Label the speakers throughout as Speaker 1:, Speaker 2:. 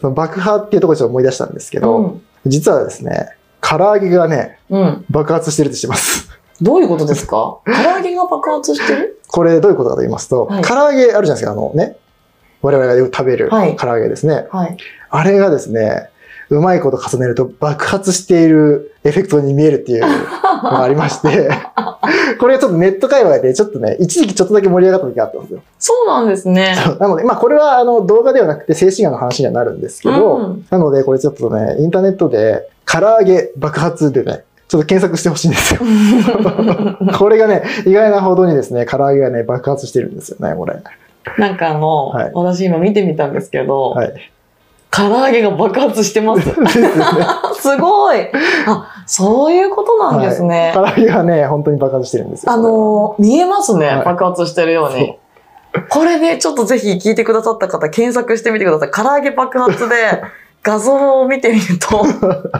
Speaker 1: その爆破っていうところをちょっと思い出したんですけど、
Speaker 2: うん
Speaker 1: 実はですね、唐揚げがね、
Speaker 2: うん。
Speaker 1: 爆発してるとしてます。
Speaker 2: どういうことです か唐揚げが爆発してる
Speaker 1: これどういうことかと言いますと、
Speaker 2: はい
Speaker 1: 唐揚げあるじゃないですか、あのね、我々がよく食べる
Speaker 2: はい
Speaker 1: 唐揚げですね。
Speaker 2: はい。
Speaker 1: あれがですね、うまいこと重ねると爆発しているエフェクトに見えるっていうの がありまして、 これがちょっとネット界隈でちょっとね、一時期ちょっとだけ盛り上がった時があったんですよ。
Speaker 2: そうなんですね。
Speaker 1: そうなので、まあこれはあの動画ではなくて精神眼の話にはなるんですけど、
Speaker 2: うん
Speaker 1: なのでこれちょっとね、インターネットで唐揚げ爆発でね、ちょっと検索してほしいん ですよ。これがね、意外なほどにですね、唐揚げがね、爆発してるんですよね、これ。
Speaker 2: なんかあの、
Speaker 1: はい
Speaker 2: 私今見てみたんですけど、
Speaker 1: はい。
Speaker 2: 唐揚げが爆発して ます。
Speaker 1: ですよね。
Speaker 2: すごいあ、そういうことなんですね。
Speaker 1: はい唐揚げがね、本当に爆発してるんですよ。
Speaker 2: あのー見えますね、
Speaker 1: はい
Speaker 2: 爆発してるように。これね、ちょっとぜひ聞いてくださった方、検索してみてください。唐揚げ爆 発で画像を見てみると、確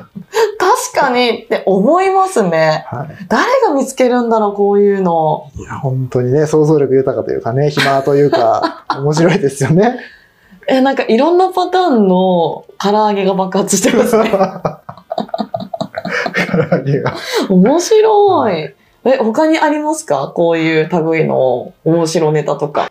Speaker 2: かにって思いますね。
Speaker 1: はい。
Speaker 2: 誰が見つけるんだろう、こういうの。
Speaker 1: いや、本当にね、想像力豊かというかね、暇という か、面白いですよね。
Speaker 2: え、なんかいろんなパターンの唐揚げが爆発し てますね。
Speaker 1: 唐揚げが。
Speaker 2: 面白。
Speaker 1: はい
Speaker 2: え、他にありますかこういう類の面白ネタとか。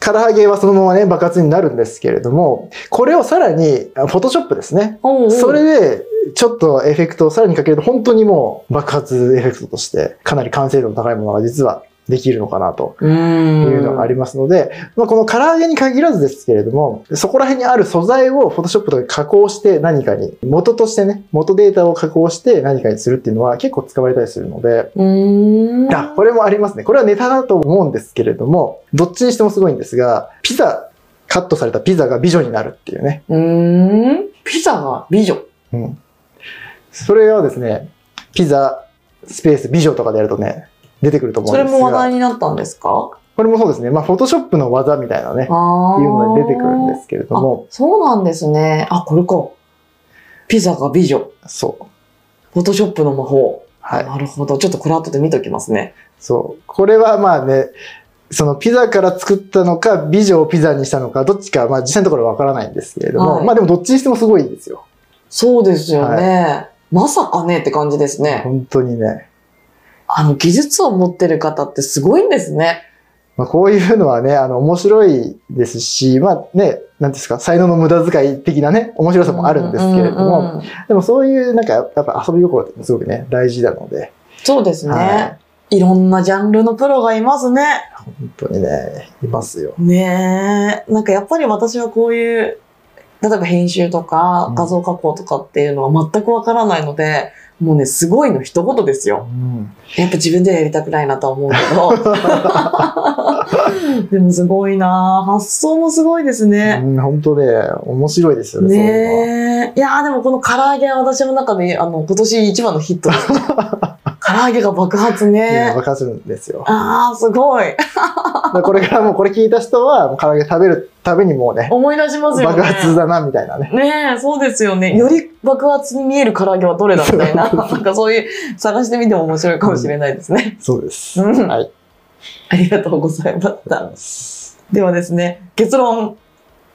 Speaker 1: 唐揚げはそのままね、爆発になるんですけれども、これをさらに、あフォトショップですね。
Speaker 2: おうおう
Speaker 1: それで、ちょっとエフェクトをさらにかけると、本当にもう爆発エフェクトとして、かなり完成度の高いものが実はできるのかなと。
Speaker 2: うーん
Speaker 1: いうのがありますので、まあ、この唐揚げに限らずですけれども、そこら辺にある素材をフォトショップとかに加工して何かに、元としてね、元データを加工して何かにするっていうのは結構使われたりするので、
Speaker 2: うーん。
Speaker 1: あ、これもありますね。これはネタだと思うんですけれども、どっちにしてもすごいんですが、ピザ、カットされたピザが美女になるっていうね。
Speaker 2: うーん。ピザが美女。
Speaker 1: うん。それはですね、ピザ、スペース、美女とかでやるとね、出てくると思う
Speaker 2: そ
Speaker 1: ん
Speaker 2: れ
Speaker 1: ですが。
Speaker 2: も話題になったんですか
Speaker 1: これもそうですね。まあ、フォトショップの技みたいなね。
Speaker 2: ああ。
Speaker 1: いうので出てくるんですけれども、
Speaker 2: あ。そうなんですね。あ、これか。ピザが美女。
Speaker 1: そう。
Speaker 2: フォトショップの魔法。
Speaker 1: はい。
Speaker 2: なるほど。ちょっとこれ後で見ときますね。
Speaker 1: そう。これはまあね、そのピザから作ったのか、美女をピザにしたのか、どっちか、まあ実際のところはわからないんですけれども、
Speaker 2: はい
Speaker 1: まあでもどっちにしてもすごいですよ。
Speaker 2: そうですよね。まさかねって感じですね。
Speaker 1: 本当にね。
Speaker 2: あの、技術を持ってる方ってすごいんですね。
Speaker 1: まあこういうのはね、あの、面白いですし、まあね、なんですか、才能の無駄遣い的なね、面白さもあるんですけれども、
Speaker 2: うんうんうん
Speaker 1: でもそういうなんか、やっぱ遊び心ってすごくね、大事なので、
Speaker 2: そうですね、。
Speaker 1: はい
Speaker 2: ろんなジャンルのプロがいますね。
Speaker 1: 本当にね、いますよ。
Speaker 2: ねえ。なんかやっぱり私はこういう、例えば編集と
Speaker 1: う
Speaker 2: か
Speaker 1: ん
Speaker 2: 画像加工とかっていうのは全くわからないので、もうね、すごいの一言です
Speaker 1: う
Speaker 2: よ。
Speaker 1: ん
Speaker 2: やっぱ自分ではやりたくないなとは思うけど。 でもすごいなあ発想もすごいですね。
Speaker 1: うん本当ね、面白いですよね、そういうのは
Speaker 2: ねえ。いやーでもこの唐揚げは私の中で、あの、今年一番のヒッ トですね。唐揚げが爆発
Speaker 1: いや
Speaker 2: ね。
Speaker 1: わかるんですよ。
Speaker 2: ああ、すごい。
Speaker 1: だからこれからもうこれ聞いた人は、もう唐揚げ食べるたびにもうね、
Speaker 2: 思い出しますよね。
Speaker 1: 爆発だな、みたいなね。
Speaker 2: ねえ、そうですよね。より爆発に見える唐揚げはどれだみたいな、 なんかそういう探してみても面白いかもしれないですね。
Speaker 1: そうです。
Speaker 2: うん
Speaker 1: はい。あり
Speaker 2: ありがとうございまし
Speaker 1: がとうござい
Speaker 2: た。
Speaker 1: ます
Speaker 2: ではですね、結論、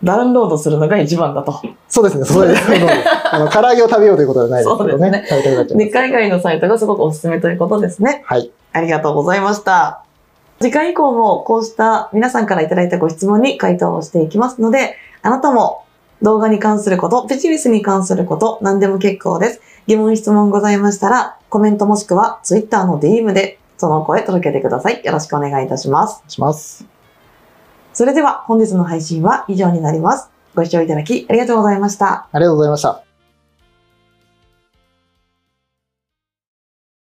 Speaker 2: ダウンロードするのが一番だと。
Speaker 1: そう ですね、そうですね。あの、唐揚げを食べようということはないですけどね。食べたくなっちゃいま
Speaker 2: で、
Speaker 1: す。
Speaker 2: 海外のサイトがすごくおすすめということですね。
Speaker 1: はい。
Speaker 2: ありがとうございました。次回以降もこうした皆さんからいただいたご質問に回答をしていきますので、あなたも動画に関すること、ビジネスに関すること、何でも結構です。疑問、質問ございましたら、コメントもしくは Twitter の DM でその声届けてください。よろしくお願いいたします。
Speaker 1: します。
Speaker 2: それでは本日の配信は以上になります。ご視聴いただきありがとうございました。
Speaker 1: ありがとうございました。